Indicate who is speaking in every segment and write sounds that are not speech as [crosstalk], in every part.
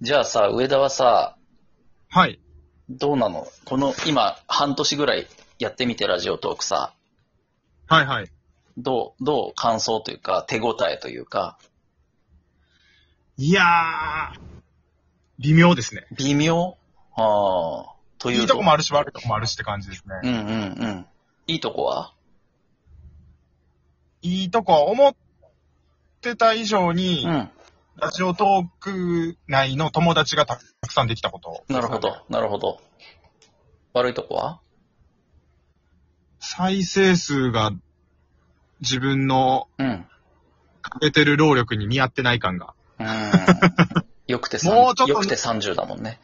Speaker 1: じゃあさ、上田はさ、
Speaker 2: はい。
Speaker 1: どうなのこの、今、半年ぐらいやってみて、ラジオトークさ、
Speaker 2: はいはい。
Speaker 1: どう、どう感想というか、手応えというか、
Speaker 2: いやー、微妙ですね。
Speaker 1: 微妙ああ、という
Speaker 2: いいとこもあ
Speaker 1: る。
Speaker 2: るし悪いとこもあるしって感じですね。
Speaker 1: うんうんうん。いいとこはい
Speaker 2: いとこは思ってた以上に、
Speaker 1: うん。
Speaker 2: ラジオトーク内の友達がたくさんできたこと、
Speaker 1: なるほど。、なるほど。悪いとこは
Speaker 2: 再生数が自分の
Speaker 1: うん。
Speaker 2: [laughs]
Speaker 1: うん。
Speaker 2: かけてる労力に見合ってない
Speaker 1: [laughs]
Speaker 2: 感が。
Speaker 1: よくて
Speaker 2: もうち
Speaker 1: 30、
Speaker 2: ょっと
Speaker 1: よくて30だもんね。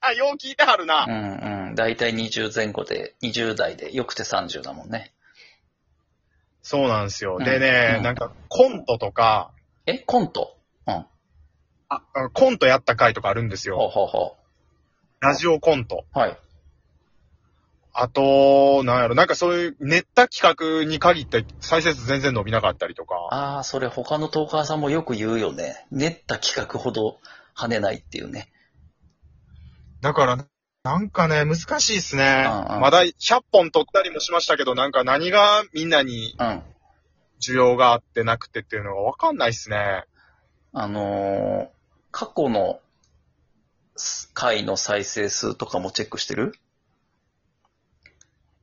Speaker 2: あ、よう聞いてはるな。
Speaker 1: うんうん。だいたい20前後で、20代で、よくて30だもんね。
Speaker 2: そうなんですよ。
Speaker 1: うん
Speaker 2: でね、
Speaker 1: うん
Speaker 2: なんかコントとか、
Speaker 1: えコントうん。
Speaker 2: あ、あコントやった回とかあるんです
Speaker 1: ほう
Speaker 2: よ。
Speaker 1: ほうほ
Speaker 2: ラジオコント。
Speaker 1: う。はい。
Speaker 2: あと、なんやろ、なんかそういう練った企画に限って再生数全然伸びなかったりとか。
Speaker 1: ああ、それ他のトーカーさんもよく言うよね。練った企画ほど跳ねないっていうね。
Speaker 2: だから、なんかね、難しいっすね。
Speaker 1: うんうん
Speaker 2: まだ100本撮ったりもしましたけど、なんか何がみんなに
Speaker 1: うん。
Speaker 2: 需要があってなくてっていうのがわかんないっすね。
Speaker 1: あのー過去の回の再生数とかもチェックしてる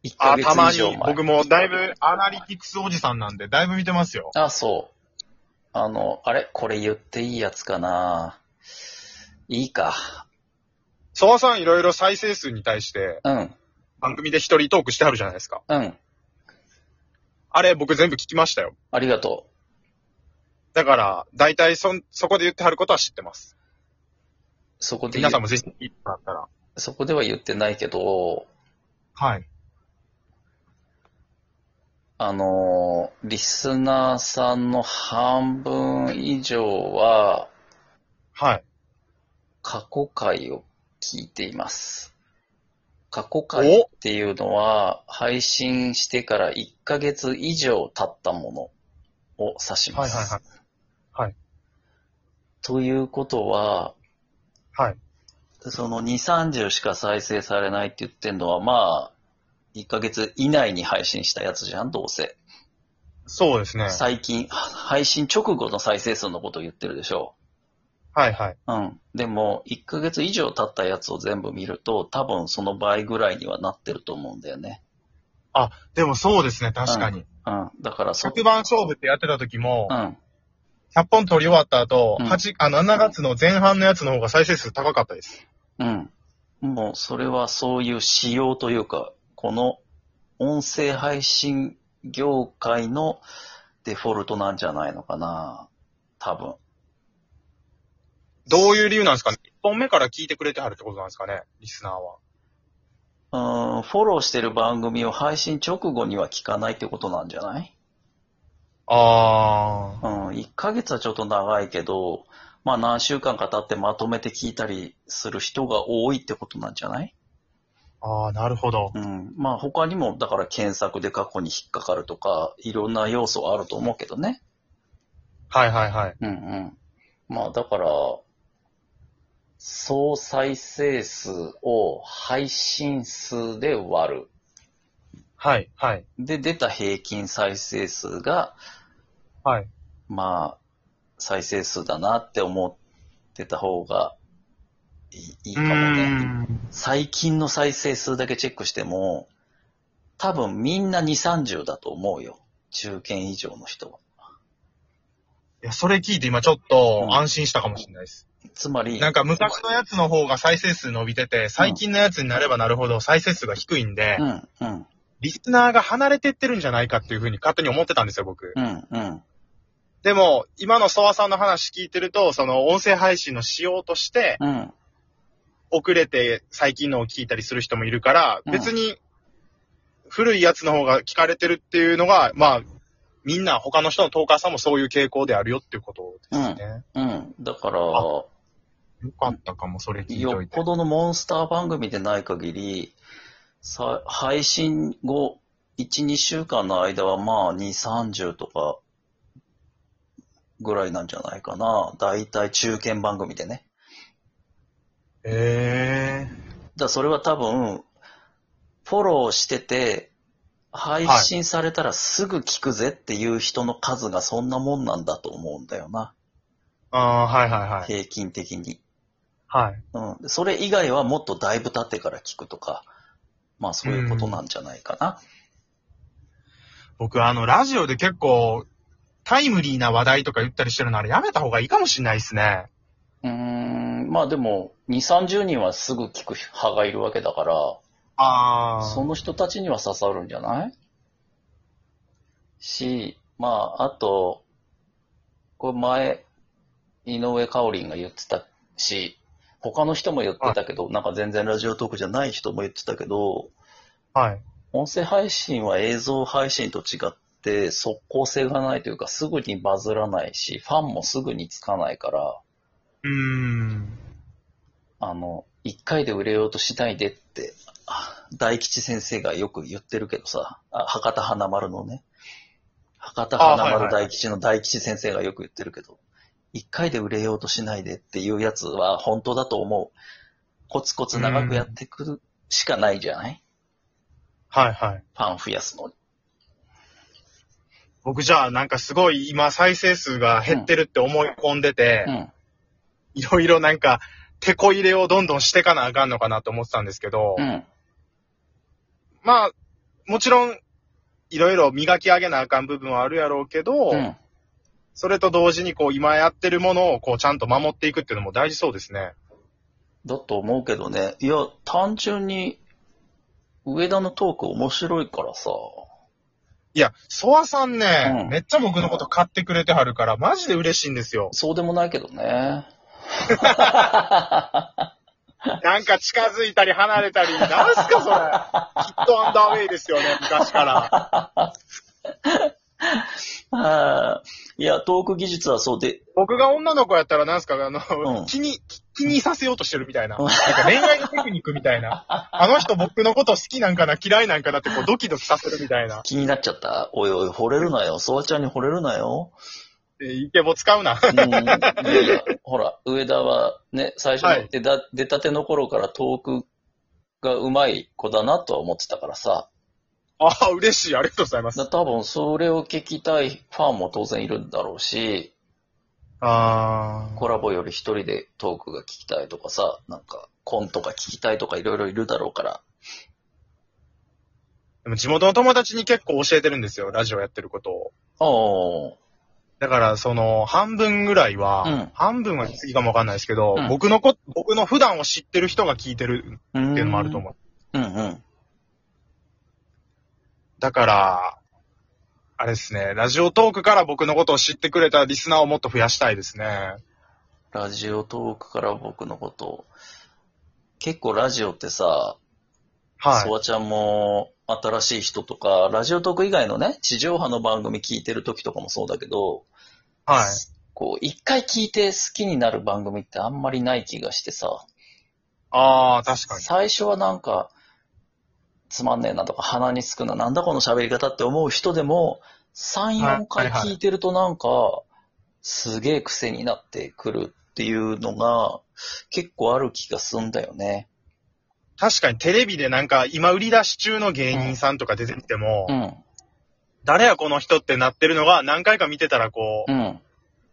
Speaker 1: ?1 ヶ
Speaker 2: あ、
Speaker 1: 月
Speaker 2: たま
Speaker 1: 以
Speaker 2: に
Speaker 1: 上前。
Speaker 2: 僕もだいぶアナリティクスおじさんなんで、だいぶ見てますよ。
Speaker 1: あ、そう。あの、あれこれ言っていいやつかないいか。
Speaker 2: ソワさんいろいろ再生数に対して
Speaker 1: うん、
Speaker 2: 番組で一人トークしてはるじゃないですか。
Speaker 1: うん。
Speaker 2: あれ僕全部聞きましたよ。
Speaker 1: ありがと
Speaker 2: だから、だいたいそん、そこで言ってはることは知ってます。
Speaker 1: う。そこで言
Speaker 2: 皆
Speaker 1: う
Speaker 2: さんもぜひ聞いてもらったら。
Speaker 1: そこでは言ってないけど、
Speaker 2: はい。
Speaker 1: あのーリスナーさんの半分以上は
Speaker 2: はい。
Speaker 1: 過去回を聞いています。過去回っていうのは配信してから1ヶ月以上経ったものを指します。
Speaker 2: はいはいはいはい
Speaker 1: ということは、
Speaker 2: はい。
Speaker 1: その2、30しか再生されないって言ってんのは、まあ、1ヶ月以内に配信したやつじゃん、どうせ。
Speaker 2: そうですね。
Speaker 1: 最近、配信直後の再生数のことを言ってるでしょ。
Speaker 2: はいはい。
Speaker 1: うん。でも、1ヶ月以上経ったやつを全部見ると、多分その倍ぐらいにはなってると思うんだよね。
Speaker 2: でもそうですね、確かに。
Speaker 1: うん。だからそ、
Speaker 2: 100番勝負ってやってた時も
Speaker 1: う、ん。
Speaker 2: 100本取り終わった後、
Speaker 1: うん
Speaker 2: 八あの7月の前半のやつの方が再生数高かったです。
Speaker 1: うん。もう、それはそういう仕様というか、この音声配信業界のデフォルトなんじゃないのかな。多分。
Speaker 2: どういう理由なんですかね ?1 本目から聞いてくれてはるってことなんですかねリスナーは。
Speaker 1: うん、フォローしてる番組を配信直後には聞かないってことなんじゃない
Speaker 2: あ
Speaker 1: うん、1ヶ月はちょっと長いけど、まあ何週間か経ってまとめて聞いたりする人が多いってことなんじゃない
Speaker 2: ー。あー、なるほど。
Speaker 1: うん。まあ他にも、だから検索で過去に引っかかるとか、いろんな要素はあると思うけどね。
Speaker 2: はいはいはい。
Speaker 1: うんうん。まあだから、総再生数を配信数で割る。
Speaker 2: はいはい。
Speaker 1: で、出た平均再生数が、
Speaker 2: はい。
Speaker 1: まあ、再生数だなって思ってた方がいいいいかもね。最近の再生数だけチェックしても、多分みんな2、30だと思うよ。中堅以上の人は。
Speaker 2: いや、それ聞いて今ちょっ
Speaker 1: うん
Speaker 2: と安心したかもしれないです。
Speaker 1: つまり、
Speaker 2: なんか昔のやつの方が再生数伸びてて、最近のやつになればなるほど再生数が低いんで、
Speaker 1: うん、うん、
Speaker 2: リスナーが離れてってるんじゃないかっていうふうに勝手に思ってたんですよ、僕。
Speaker 1: うん、うん。
Speaker 2: でも、今のソワさんの話聞いてると、その音声配信の仕様として、
Speaker 1: うん、
Speaker 2: 遅れて最近のを聞いたりする人もいるから、
Speaker 1: うん
Speaker 2: 別に、古いやつの方が聞かれてるっていうのが、まあ、みんな他の人のトーカーさんもそういう傾向であるよっていうことですね。
Speaker 1: うん。だから、
Speaker 2: あよかったかも、それ聞い
Speaker 1: よ
Speaker 2: と
Speaker 1: っ
Speaker 2: いて。
Speaker 1: ぽどのモンスター番組でない限り、さ配信後、1、2週間の間はまあ、2、30とか、ぐらいなんじゃないかな。だいたい中堅番組でね。だ
Speaker 2: え
Speaker 1: からそれは多分、フォローしてて、配信されたらすぐ聞くぜっていう人の数がそんなもんなんだと思うんだよな。
Speaker 2: ー。ああー、はいはいはい。
Speaker 1: 平均的に。
Speaker 2: はい。
Speaker 1: うん。でそれ以外はもっとだいぶ経ってから聞くとか、まあそういうことなんじゃないかな。
Speaker 2: 僕、あの、ラジオで結構、タイムリーな話題とか言ったりしてるのあれやめた方がいいかもしれないですね。
Speaker 1: うーん、まあでも、2、30人はすぐ聞く派がいるわけだから、
Speaker 2: あ
Speaker 1: その人たちには刺さるんじゃないし、まあ、あと、これ前、井上香織が言ってたし、他の人も言ってたけど、なんか全然ラジオトークじゃない人も言ってたけど、
Speaker 2: はい。
Speaker 1: 音声配信は映像配信と違って、即効性がないというか、すぐにバズらないし、ファンもすぐにつかないから、
Speaker 2: うーん。
Speaker 1: あの、一回で売れようとしないでって、あ大吉先生がよく言ってるけどさ、あ博多華丸のね、博多華
Speaker 2: あはいはいは
Speaker 1: 丸
Speaker 2: い
Speaker 1: 大吉の大吉先生がよく言ってるけど、一回で売れようとしないでっていうやつは本当だと思う。コツコツ長くやってくるしかないじゃない
Speaker 2: はいはい。
Speaker 1: ファン増やすのに。
Speaker 2: 僕じゃあなんかすごい今再生数が減ってるって思い込んでて、
Speaker 1: うん。
Speaker 2: いろいろなんか、手こ入れをどんどんしてかなあかんのかなと思ってたんですけど、
Speaker 1: うん。
Speaker 2: まあ、もちろん、いろいろ磨き上げなあかん部分はあるやろうけど、
Speaker 1: うん。
Speaker 2: それと同時にこう今やってるものをこうちゃんと守っていくっていうのも大事そうですね。
Speaker 1: だと思うけどね。いや、単純に、上田のトーク面白いからさ。
Speaker 2: いや、ソワさんね、
Speaker 1: うん。
Speaker 2: めっちゃ僕のこと買ってくれてはるから、マジで嬉しいんですよ
Speaker 1: [laughs] そうでもないけどね。
Speaker 2: なんか近づいたり離れた
Speaker 1: [laughs]
Speaker 2: り、なんすかそれ。きっとアンダーウェイですよね、昔から。
Speaker 1: ああいや、トーク技術はそうで、
Speaker 2: 僕が女の子やったらなんすか、あの、
Speaker 1: うん
Speaker 2: 気に、気にさせようとしてるみたいな。
Speaker 1: うん
Speaker 2: なんか恋愛のテクニックみた
Speaker 1: [laughs]
Speaker 2: いな。あの人僕のこと好きなんかな、嫌いなんかなってこうドキドキさせるみたいな。
Speaker 1: 気になっちゃった。おいおい、惚れるなよ。ソワちゃんに惚れるなよ。
Speaker 2: えイケボ使
Speaker 1: [laughs]
Speaker 2: うな。
Speaker 1: うん、いやいやほら、上田はね、最初
Speaker 2: は
Speaker 1: の
Speaker 2: い
Speaker 1: 出た,、出たての頃からトークが上手い子だなとは思ってたからさ。
Speaker 2: ああ、嬉しい。ありがとうござい
Speaker 1: だ
Speaker 2: ます。
Speaker 1: 多分、それを聞きたいファンも当然いるんだろうし、
Speaker 2: あ
Speaker 1: コラボより一人でトークが聞きたいとかさ、なんか、コントが聞きたいとかいろいろいるだろうから。
Speaker 2: でも地元の友達に結構教えてるんですよ、ラジオやってることを。
Speaker 1: おー。
Speaker 2: だから、その、半分ぐらいは、
Speaker 1: うん
Speaker 2: 半分は次かもわかんないですけど、
Speaker 1: うん
Speaker 2: 僕のこ、僕の普段を知ってる人が聞いてる
Speaker 1: う
Speaker 2: っ
Speaker 1: ん
Speaker 2: ていうのもあると思う。
Speaker 1: うんうん。
Speaker 2: だから、あれですね、ラジオトークから僕のことを知ってくれたリスナーをもっと増やしたいですね。
Speaker 1: ラジオトークから僕のことを。結構ラジオってさ、
Speaker 2: は
Speaker 1: ソワちゃんも新しい人とか、ラジオトーク以外のね、地上波の番組聞いてる時とかもそうだけど、
Speaker 2: い。はい。
Speaker 1: こう、一回聞いて好きになる番組ってあんまりない気がしてさ、
Speaker 2: ああ、確かに。
Speaker 1: 最初はなんか、つまんねえなとか鼻につくな、なんだこの喋り方って思う人でも、3、
Speaker 2: はい
Speaker 1: 4回
Speaker 2: はいはい
Speaker 1: 聞いてるとなんか、すげえ癖になってくるっていうのが、結構ある気がすんだよね。
Speaker 2: 確かにテレビでなんか、今売り出し中の芸人さんとか出てきても、
Speaker 1: うん、
Speaker 2: 誰やこの人ってなってるのが何回か見てたらこう、
Speaker 1: うん、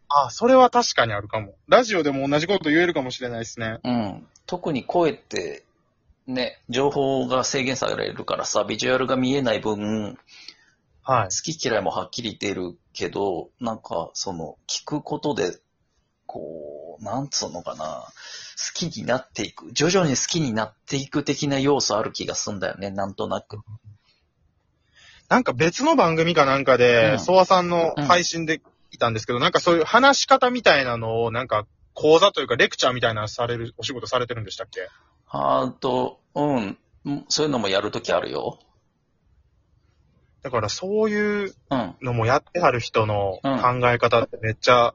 Speaker 2: あ、それは確かにあるかも。ラジオでも同じこと言えるかもしれないですね。
Speaker 1: うん。特に声って、ね、情報が制限されるからさ、ビジュアルが見えない分、
Speaker 2: はい。
Speaker 1: 好き嫌いもはっきり出るけど、なんか、その、聞くことで、こう、なんつうのかな、好きになっていく、徐々に好きになっていく的な要素ある気がすんだよね、なんとなく。
Speaker 2: なんか別の番組かなんか
Speaker 1: う
Speaker 2: で、
Speaker 1: ん
Speaker 2: ソワさんの配信でいたんですけど、なんかそういう話し方みたいなのを、なんか講座というかレクチャーみたいなのされる、お仕事されてるんでしたっけ
Speaker 1: あーと、うん、うんそういうのもやるときあるよ。
Speaker 2: だからそういう
Speaker 1: うん、
Speaker 2: のもやってはる人の
Speaker 1: うん
Speaker 2: 考え方ってめっちゃ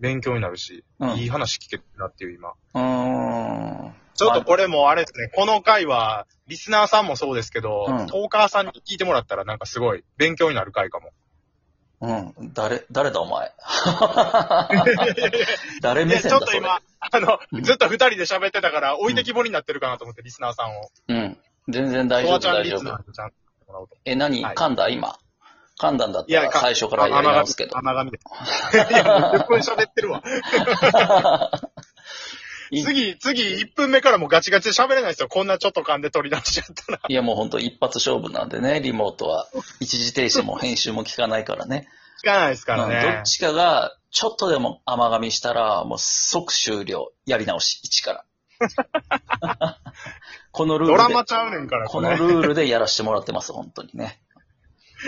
Speaker 2: 勉強になるし、
Speaker 1: うん。
Speaker 2: いいう話聞けるなっていう今。
Speaker 1: ーん。
Speaker 2: ちょっとこれもあれですね、この回は、リスナーさんもそうですけど、
Speaker 1: うん
Speaker 2: トーカーさんに聞いてもらったらなんかすごい勉強になる回かも。 [laughs]
Speaker 1: うん。誰、誰だお前。誰
Speaker 2: い
Speaker 1: 目
Speaker 2: や、ち
Speaker 1: 線
Speaker 2: ょっ
Speaker 1: だ
Speaker 2: と
Speaker 1: それ。
Speaker 2: 今、あの、ずっと二人で喋ってたから、置いてきぼりになってるかなと思って、リスナーさんを。
Speaker 1: うん。全然大丈
Speaker 2: とわ
Speaker 1: 夫、
Speaker 2: ちゃん
Speaker 1: 大
Speaker 2: リ
Speaker 1: 丈
Speaker 2: スナ
Speaker 1: 夫。
Speaker 2: ーちゃんもらおうと。
Speaker 1: え、何
Speaker 2: はい
Speaker 1: 噛んだ今。噛んだんだっ
Speaker 2: い
Speaker 1: た
Speaker 2: や、
Speaker 1: ら最初からやり直すけど。
Speaker 2: 甘神です。いや、10分喋ってるわ。
Speaker 1: [laughs] い
Speaker 2: 次、次、1分目からもうガチガチで喋れないですよ。こんなちょっと勘で取り出しちゃっ
Speaker 1: [laughs]
Speaker 2: たら。
Speaker 1: いや、もう本当一発勝負なんでね、リモートは。一時停止も編集も効かないからね。
Speaker 2: 聞かないですから
Speaker 1: うんど
Speaker 2: ね
Speaker 1: っ。ちかが、ちょっとでも甘噛みしたら、もう即終了。やり直し、一から。 [laughs] このルー
Speaker 2: ド
Speaker 1: ル
Speaker 2: ラ
Speaker 1: で
Speaker 2: マ、ちゃうねんから、
Speaker 1: こ
Speaker 2: こ
Speaker 1: の
Speaker 2: れ。
Speaker 1: ルールでやらせてもらってます、本当にね。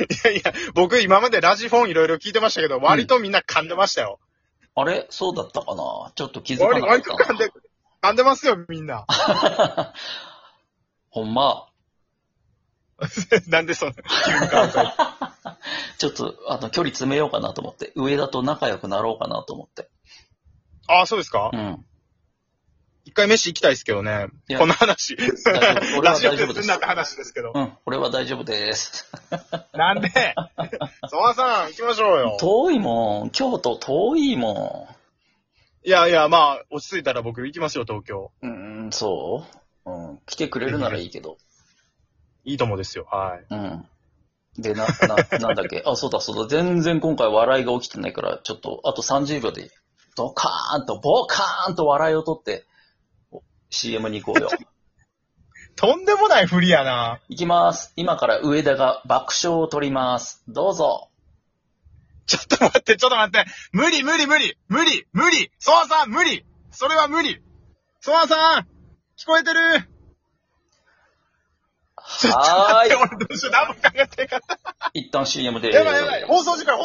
Speaker 2: いやいや、僕今までラジフォンいろいろ聞いてましたけど、割とみんな噛んでましたよ。
Speaker 1: あれそうだったかなちょっと気づかな
Speaker 2: 割
Speaker 1: かった
Speaker 2: 割と噛んで、噛んでますよ、みんな。 [laughs]
Speaker 1: な。 [laughs] ほんま。
Speaker 2: なんでそんな、急に
Speaker 1: [laughs]
Speaker 2: 噛んだ
Speaker 1: ちょっと、あの、距離詰めようかなと思って。上田と仲良くなろうかなと思って。
Speaker 2: ああ、そうですか
Speaker 1: うん。
Speaker 2: 一回飯行きたいですけどね
Speaker 1: い。や
Speaker 2: この話。
Speaker 1: 大丈夫俺は
Speaker 2: [laughs] ラジオ
Speaker 1: 大
Speaker 2: で
Speaker 1: 丈夫です
Speaker 2: すんなって話ですけど。
Speaker 1: うん。俺は大丈夫です。
Speaker 2: な
Speaker 1: [laughs]
Speaker 2: んで、ゾワさん、行きましょうよ。
Speaker 1: 遠いもん。京都遠いも
Speaker 2: いやいや、まあ、落ち着いたら僕行きますよ、東京。
Speaker 1: ん。うーん、そううん。来てくれるならいいけど。
Speaker 2: いいともですよ。はい。
Speaker 1: うん。で、な、な、 [laughs] なんだっけ。あ、そうだそうだ。全然今回笑いが起きてないから、ちょっと、あと30秒で、ドカーンと、ボカーンと笑いを取って、お CM に [laughs] 行こうよ。
Speaker 2: とんでもない振りやな。
Speaker 1: いきます。今から上田が爆笑を取ります。どう [laughs] ぞ。
Speaker 2: ちょっと待って、ちょっと待って。無理、無理、無理、無理、無理。ソワさん、無理。それは無理。ソワさん、聞こえてる
Speaker 1: はーい。
Speaker 2: [laughs] 俺どうしよう、何も考えてなかっ
Speaker 1: 一旦 CM で
Speaker 2: た。やばいやばい、放送時間、放送